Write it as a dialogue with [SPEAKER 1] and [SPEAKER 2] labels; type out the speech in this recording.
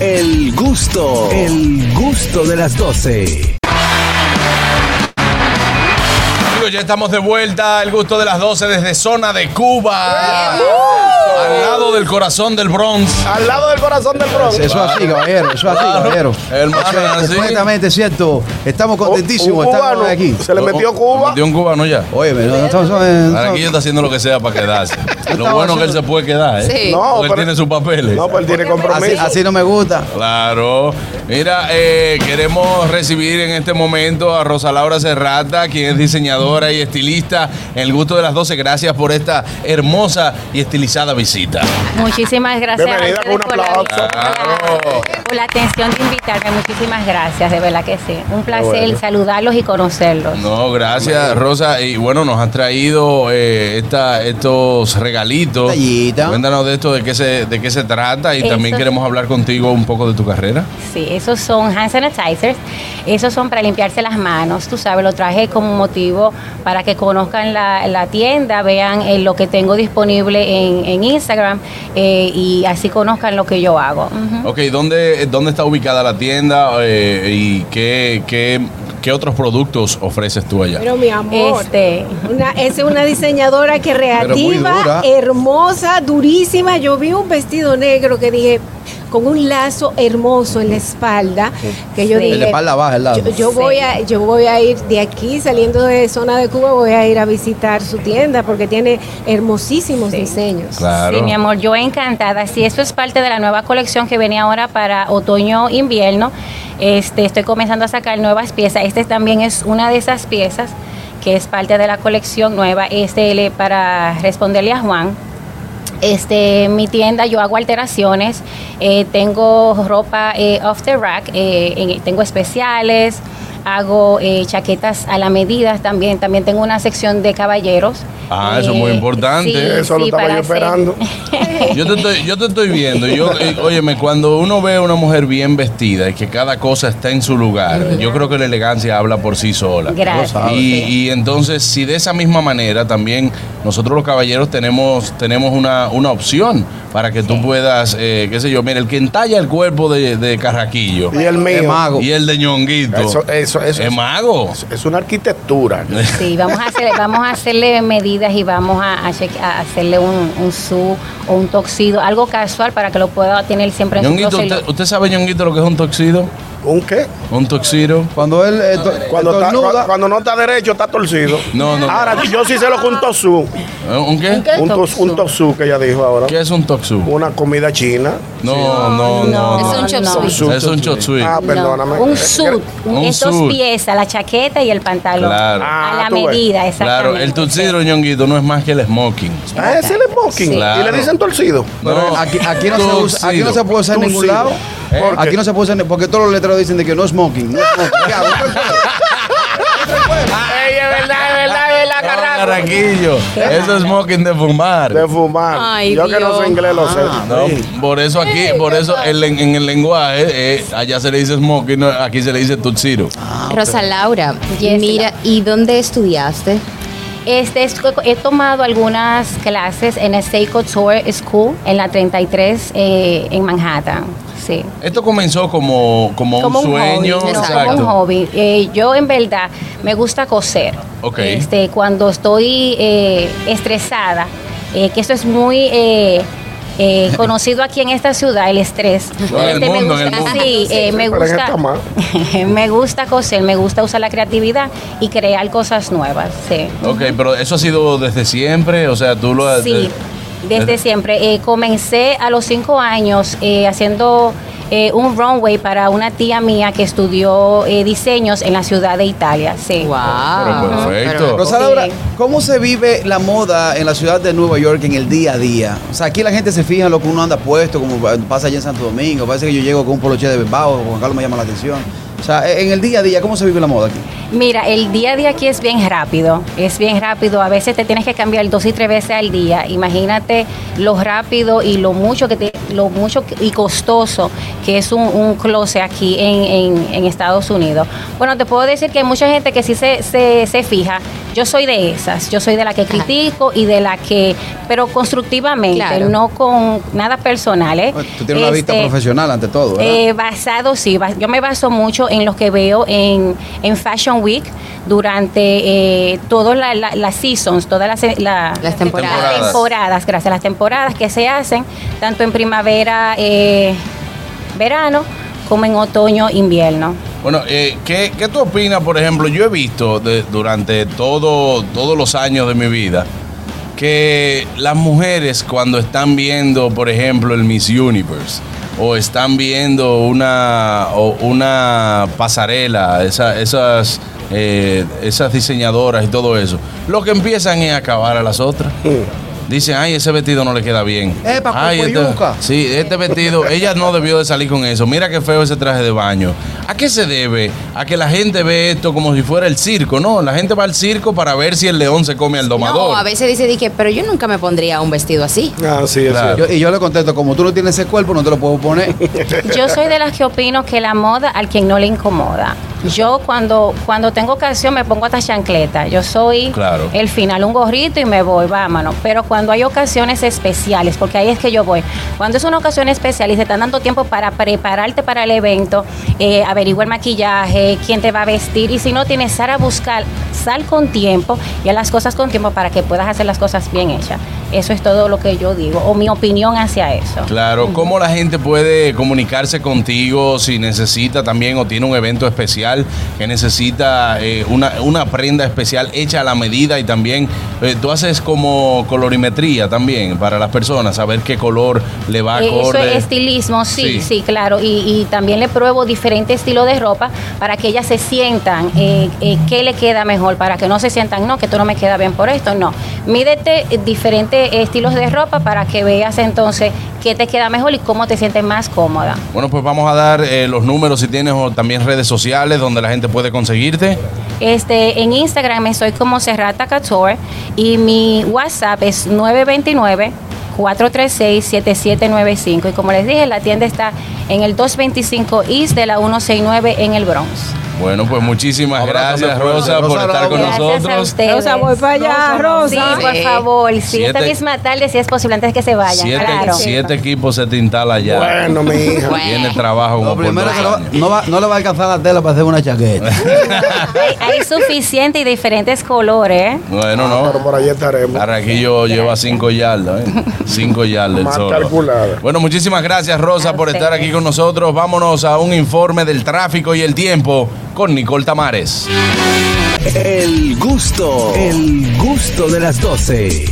[SPEAKER 1] El gusto, el gusto de las 12.
[SPEAKER 2] Amigos, Ya estamos de vuelta, el gusto de las 12 desde zona de Cuba, al lado del corazón del Bronx.
[SPEAKER 3] Al lado del corazón del Bronx.
[SPEAKER 4] Eso es así, caballero, eso es así, caballero.
[SPEAKER 2] Hermano,
[SPEAKER 4] Eso es
[SPEAKER 2] así.
[SPEAKER 4] completamente cierto. Estamos
[SPEAKER 3] Oh,
[SPEAKER 4] contentísimos,
[SPEAKER 3] Un
[SPEAKER 4] estamos
[SPEAKER 3] cubano.
[SPEAKER 4] aquí.
[SPEAKER 3] Se le
[SPEAKER 2] Oh,
[SPEAKER 3] metió Cuba.
[SPEAKER 2] De un cubano ya.
[SPEAKER 4] Oye, pero no estamos... eh, no
[SPEAKER 2] Aquí está haciendo lo que sea para quedarse. Lo bueno que él se puede quedar, ¿eh?
[SPEAKER 5] Sí.
[SPEAKER 3] No,
[SPEAKER 2] Porque él
[SPEAKER 3] pero-
[SPEAKER 2] tiene sus papeles.
[SPEAKER 3] No, pues él tiene
[SPEAKER 4] estamos- así,
[SPEAKER 3] compromiso.
[SPEAKER 4] así no me gusta.
[SPEAKER 2] Claro. Mira, eh, queremos recibir en este momento a Rosa Laura Serrata, quien es diseñadora y estilista. En el gusto de las 12, gracias por esta hermosa y estilizada visita.
[SPEAKER 6] Muchísimas gracias
[SPEAKER 3] Bienvenida,
[SPEAKER 6] a ustedes
[SPEAKER 3] con un
[SPEAKER 6] por la,
[SPEAKER 3] aplauso.
[SPEAKER 2] Claro.
[SPEAKER 6] por la atención de invitarme. Muchísimas gracias, de verdad que sí. Un placer
[SPEAKER 3] bueno.
[SPEAKER 6] saludarlos y conocerlos.
[SPEAKER 2] No, gracias Rosa. Y bueno, nos has traído eh, esta, estos regalitos.
[SPEAKER 4] Tallita.
[SPEAKER 2] Cuéntanos de esto, de qué se, de qué se trata y
[SPEAKER 6] Eso
[SPEAKER 2] también
[SPEAKER 6] es-
[SPEAKER 2] queremos hablar contigo un poco de tu carrera.
[SPEAKER 6] Sí, esos son hand sanitizers, esos son para limpiarse las manos, tú sabes, lo traje como motivo para que conozcan la, la tienda, vean eh, lo que tengo disponible en, en Instagram eh, y así conozcan lo que yo hago. Ujú.
[SPEAKER 2] Ok, ¿dónde, dónde está ubicada la tienda eh, y qué, qué, qué otros productos ofreces tú allá?
[SPEAKER 7] Pero mi amor,
[SPEAKER 6] Este.
[SPEAKER 7] una- es una diseñadora que
[SPEAKER 4] muy dura.
[SPEAKER 7] creativa, hermosa, durísima. Yo vi un vestido negro que dije con un lazo hermoso en la espalda que yo
[SPEAKER 6] Sí.
[SPEAKER 7] dije
[SPEAKER 4] El de espalda baja, el lado.
[SPEAKER 7] yo, yo
[SPEAKER 6] Sí.
[SPEAKER 7] voy a yo voy a ir de aquí saliendo de zona de Cuba voy a ir a visitar su tienda porque tiene hermosísimos
[SPEAKER 6] Sí.
[SPEAKER 7] diseños
[SPEAKER 2] Claro.
[SPEAKER 6] Sí, mi amor, yo encantada. Sí, esto es parte de la nueva colección que viene ahora para otoño-invierno. Este, estoy comenzando a sacar nuevas piezas. Este también es una de esas piezas que es parte de la colección nueva. Este, le- para responderle a Juan, este, mi tienda yo hago alteraciones, eh, tengo ropa eh, off the rack, eh, en- tengo especiales, hago eh, chaquetas a la medida también, también tengo una sección de caballeros. Eh,
[SPEAKER 2] Ah, eso es muy importante.
[SPEAKER 3] Eso lo estaba
[SPEAKER 6] para
[SPEAKER 3] yo
[SPEAKER 6] hacer-
[SPEAKER 3] esperando.
[SPEAKER 2] Yo te estoy, yo te estoy viendo. Yo, eh, óyeme, cuando uno ve a una mujer bien vestida y que cada cosa está en su lugar, yo creo que la elegancia habla por sí sola.
[SPEAKER 6] Gracias.
[SPEAKER 2] Y, y entonces, si de esa misma manera también nosotros los caballeros tenemos, tenemos una, una opción para que tú puedas, eh, qué sé yo, mira, el que entalla el cuerpo de, de Carraquillo
[SPEAKER 3] Y el
[SPEAKER 4] Es
[SPEAKER 3] mío.
[SPEAKER 4] mago.
[SPEAKER 2] y el de Ñonguito
[SPEAKER 3] Eso- eso- eso-
[SPEAKER 2] es mago.
[SPEAKER 3] Es una arquitectura.
[SPEAKER 6] Sí, vamos a, hacer, vamos a hacerle medidas y vamos a, a cheque- a hacerle un, un su o un toxido, algo casual para que lo pueda tener siempre en su
[SPEAKER 2] Ñonguito,
[SPEAKER 6] closet.
[SPEAKER 2] ¿usted, usted sabe, Ñonguito, lo que es un toxido?
[SPEAKER 3] ¿Un qué?
[SPEAKER 2] ¿Un toxido?
[SPEAKER 4] Cuando él eh, to-
[SPEAKER 3] Cuando, está-
[SPEAKER 4] estornuda,
[SPEAKER 3] cua- cuando no está derecho, está torcido.
[SPEAKER 2] No, no, no.
[SPEAKER 3] Ahora, yo sí sé lo que un tosú.
[SPEAKER 2] ¿Eh? ¿Un qué?
[SPEAKER 3] Un, tos- un tosú que ella dijo ahora.
[SPEAKER 2] ¿Qué es un toxu?
[SPEAKER 3] Una comida china.
[SPEAKER 2] No, no, no.
[SPEAKER 5] Es
[SPEAKER 2] no.
[SPEAKER 5] un chop suey.
[SPEAKER 3] chop
[SPEAKER 2] Es un chop suey.
[SPEAKER 3] Ah, perdóname. eh,
[SPEAKER 6] No, un suit,
[SPEAKER 2] Un
[SPEAKER 6] esas
[SPEAKER 2] suit.
[SPEAKER 6] piezas, la chaqueta y el pantalón.
[SPEAKER 2] Claro.
[SPEAKER 6] A
[SPEAKER 3] Ah,
[SPEAKER 6] la
[SPEAKER 3] tú ves.
[SPEAKER 6] medida, exactamente.
[SPEAKER 2] Claro, el tuxedo, ñonguito, no es más que el smoking.
[SPEAKER 3] Ah, ese es el smoking.
[SPEAKER 6] Sí.
[SPEAKER 3] Y
[SPEAKER 2] Claro.
[SPEAKER 3] le dicen torcido.
[SPEAKER 4] pero
[SPEAKER 2] No,
[SPEAKER 4] aquí, aquí no se usa, aquí no se
[SPEAKER 2] tuxedo.
[SPEAKER 4] puede usar en ningún
[SPEAKER 3] Tuxedo.
[SPEAKER 4] lado.
[SPEAKER 3] ¿Eh? ¿Por qué?
[SPEAKER 4] Aquí no se puede usar, ni- porque todos los letreros dicen de que no smoking. No smoking. ¿Qué hago?
[SPEAKER 3] Ey, es verdad, es verdad, es verdad,
[SPEAKER 2] No, Carraquillo, eso es smoking de fumar.
[SPEAKER 3] De fumar.
[SPEAKER 5] Ay,
[SPEAKER 3] yo que no
[SPEAKER 5] Dios.
[SPEAKER 3] sé inglés, lo sé.
[SPEAKER 2] No, por eso aquí, por eso el- en, en el lenguaje, eh, allá se le dice smoking, no, aquí se le dice tuxedo.
[SPEAKER 5] Ah, Rosa Laura,
[SPEAKER 6] Yes,
[SPEAKER 5] mira, ¿y dónde estudiaste?
[SPEAKER 6] Este, es- he tomado algunas clases en el Seiko Tour School en la 33 eh, en Manhattan. Sí.
[SPEAKER 2] Esto comenzó como, como,
[SPEAKER 6] como
[SPEAKER 2] un sueño.
[SPEAKER 6] hobby, no,
[SPEAKER 2] exacto.
[SPEAKER 6] como un hobby. Eh, yo en verdad me gusta coser.
[SPEAKER 2] Ok.
[SPEAKER 6] Este, cuando estoy eh, estresada, eh, que esto es muy eh, eh, conocido aquí en esta ciudad, el estrés.
[SPEAKER 2] Bueno, en el
[SPEAKER 6] Este, me
[SPEAKER 2] mundo, en el
[SPEAKER 6] gusta-
[SPEAKER 2] mundo.
[SPEAKER 6] Sí, eh, me
[SPEAKER 3] pero en
[SPEAKER 6] gusta.
[SPEAKER 3] esta más.
[SPEAKER 6] me gusta coser, me gusta usar la creatividad y crear cosas nuevas. Sí.
[SPEAKER 2] Ok, pero eso ha sido desde siempre, o sea, tú lo has...
[SPEAKER 6] Sí, desde siempre. Eh, comencé a los cinco años eh, haciendo eh, un runway para una tía mía que estudió eh, diseños en la ciudad de Italia. Sí. Ah,
[SPEAKER 2] Pero
[SPEAKER 5] Wow.
[SPEAKER 2] perfecto.
[SPEAKER 4] Rosa Laura, ¿cómo se vive la moda en la ciudad de Nueva York en el día a día? O sea, aquí la gente se fija en lo que uno anda puesto, como pa- pasa allá en Santo Domingo, parece que yo llego con un poloche de Bilbao, Juan Carlos me llama la atención. O sea, e- en el día a día, ¿cómo se vive la moda aquí?
[SPEAKER 6] Mira, el día de aquí es bien rápido, es bien rápido. A veces te tienes que cambiar dos y tres veces al día. Imagínate lo rápido y lo mucho que te- lo mucho que- y costoso que es un, un closet aquí en, en- en Estados Unidos. Bueno, te puedo decir que hay mucha gente que sí se, se- se fija Yo soy de esas, yo soy de la que critico y de la que, pero constructivamente,
[SPEAKER 5] Claro.
[SPEAKER 6] no con nada personal. ¿eh?
[SPEAKER 4] Bueno, Tú tienes una vista
[SPEAKER 6] Este,
[SPEAKER 4] profesional ante todo, ¿verdad?
[SPEAKER 6] eh, basado, sí, bas- yo me baso mucho en lo que veo en, en Fashion Week durante eh, todas la- la- las seasons, todas las, eh, la-
[SPEAKER 5] Las temporadas.
[SPEAKER 6] las temporadas, gracias, las temporadas que se hacen, tanto en primavera, eh, verano, como en otoño, invierno.
[SPEAKER 2] Bueno, eh, ¿qué, qué tú opinas, por ejemplo? Yo he visto de- durante todo, todos los años de mi vida que las mujeres cuando están viendo, por ejemplo, el Miss Universe o están viendo una, o una pasarela, esa- esas, eh, esas diseñadoras y todo eso, lo que empiezan es a acabar a las otras. Dicen, ay, ese vestido no le queda bien.
[SPEAKER 4] Epa,
[SPEAKER 2] ay,
[SPEAKER 4] cucuyuca.
[SPEAKER 2] Sí, este vestido, ella no debió de salir con eso. Mira qué feo ese traje de baño. ¿A qué se debe? A que la gente ve esto como si fuera el circo, ¿no? La gente va al circo para ver si el león se come al domador.
[SPEAKER 5] No, a veces dice, dije, pero yo nunca me pondría un vestido así.
[SPEAKER 3] Ah, sí, es
[SPEAKER 2] Claro.
[SPEAKER 4] Yo- y yo le contesto, como tú no tienes ese cuerpo, no te lo puedo poner.
[SPEAKER 6] Yo soy de las que opino que la moda al quien no le incomoda. Yo cuando, cuando tengo ocasión me pongo hasta chancleta. Yo soy
[SPEAKER 2] Claro.
[SPEAKER 6] el final, un gorrito y me voy, vámonos. Pero cuando hay ocasiones especiales, porque ahí es que yo voy, cuando es una ocasión especial y se están dando tiempo para prepararte para el evento, eh, averigua el maquillaje, quién te va a vestir y si no tienes, sal a buscar, sal con tiempo y haz las cosas con tiempo para que puedas hacer las cosas bien hechas. Eso es todo lo que yo digo o mi opinión hacia eso.
[SPEAKER 2] Claro, ¿cómo la gente puede comunicarse contigo si necesita también o tiene un evento especial que necesita eh, una, una prenda especial hecha a la medida y también eh, tú haces como colorimetría también para las personas, saber qué color le va a
[SPEAKER 6] Eh, Eso es
[SPEAKER 2] acorde?
[SPEAKER 6] estilismo, sí,
[SPEAKER 2] Sí.
[SPEAKER 6] sí, claro. Y, y también le pruebo diferentes estilos de ropa para que ellas se sientan eh, eh, qué le queda mejor, para que no se sientan, no, que esto no me queda bien por esto, no. Mídete eh, diferentes estilos de ropa para que veas entonces qué te queda mejor y cómo te sientes más cómoda.
[SPEAKER 2] Bueno, pues vamos a dar eh, los números si tienes o también redes sociales donde la gente puede conseguirte.
[SPEAKER 6] Este, en Instagram estoy como Serrata Couture y mi WhatsApp es 929 436 7795 y como les dije, la tienda está en el 225 East de la 169 en el Bronx.
[SPEAKER 2] Bueno, pues muchísimas
[SPEAKER 4] Abrázame
[SPEAKER 2] gracias
[SPEAKER 4] fuerte.
[SPEAKER 2] Rosa, por
[SPEAKER 4] Rosa,
[SPEAKER 2] estar con
[SPEAKER 4] gracias
[SPEAKER 6] a
[SPEAKER 2] nosotros.
[SPEAKER 6] ustedes.
[SPEAKER 7] Rosa, voy para allá,
[SPEAKER 6] Sí,
[SPEAKER 7] Rosa.
[SPEAKER 6] por favor, sí, esta
[SPEAKER 2] Siete-
[SPEAKER 6] misma tarde si es posible antes que se vayan,
[SPEAKER 2] Siete,
[SPEAKER 6] claro.
[SPEAKER 2] siete equipos se te instala ya.
[SPEAKER 3] Bueno, mi hija.
[SPEAKER 5] Bueno.
[SPEAKER 2] Tiene trabajo como
[SPEAKER 4] Lo
[SPEAKER 2] por
[SPEAKER 4] primero
[SPEAKER 2] dos
[SPEAKER 4] que no,
[SPEAKER 2] años.
[SPEAKER 4] no va- no le va a alcanzar la tela para hacer una chaqueta.
[SPEAKER 6] Hay, hay suficiente y diferentes colores. ¿eh?
[SPEAKER 2] Bueno,
[SPEAKER 3] Pero
[SPEAKER 2] no.
[SPEAKER 3] por allá estaremos.
[SPEAKER 2] Carraquillo lleva cinco yardas, ¿eh? Cinco yardas el
[SPEAKER 3] Más
[SPEAKER 2] solo.
[SPEAKER 3] calculada.
[SPEAKER 2] Bueno, muchísimas gracias Rosa
[SPEAKER 6] A
[SPEAKER 2] por estar
[SPEAKER 6] ustedes.
[SPEAKER 2] aquí con nosotros. Vámonos a un informe del tráfico y el tiempo con Nicole Tamares.
[SPEAKER 1] El gusto, el gusto de las 12.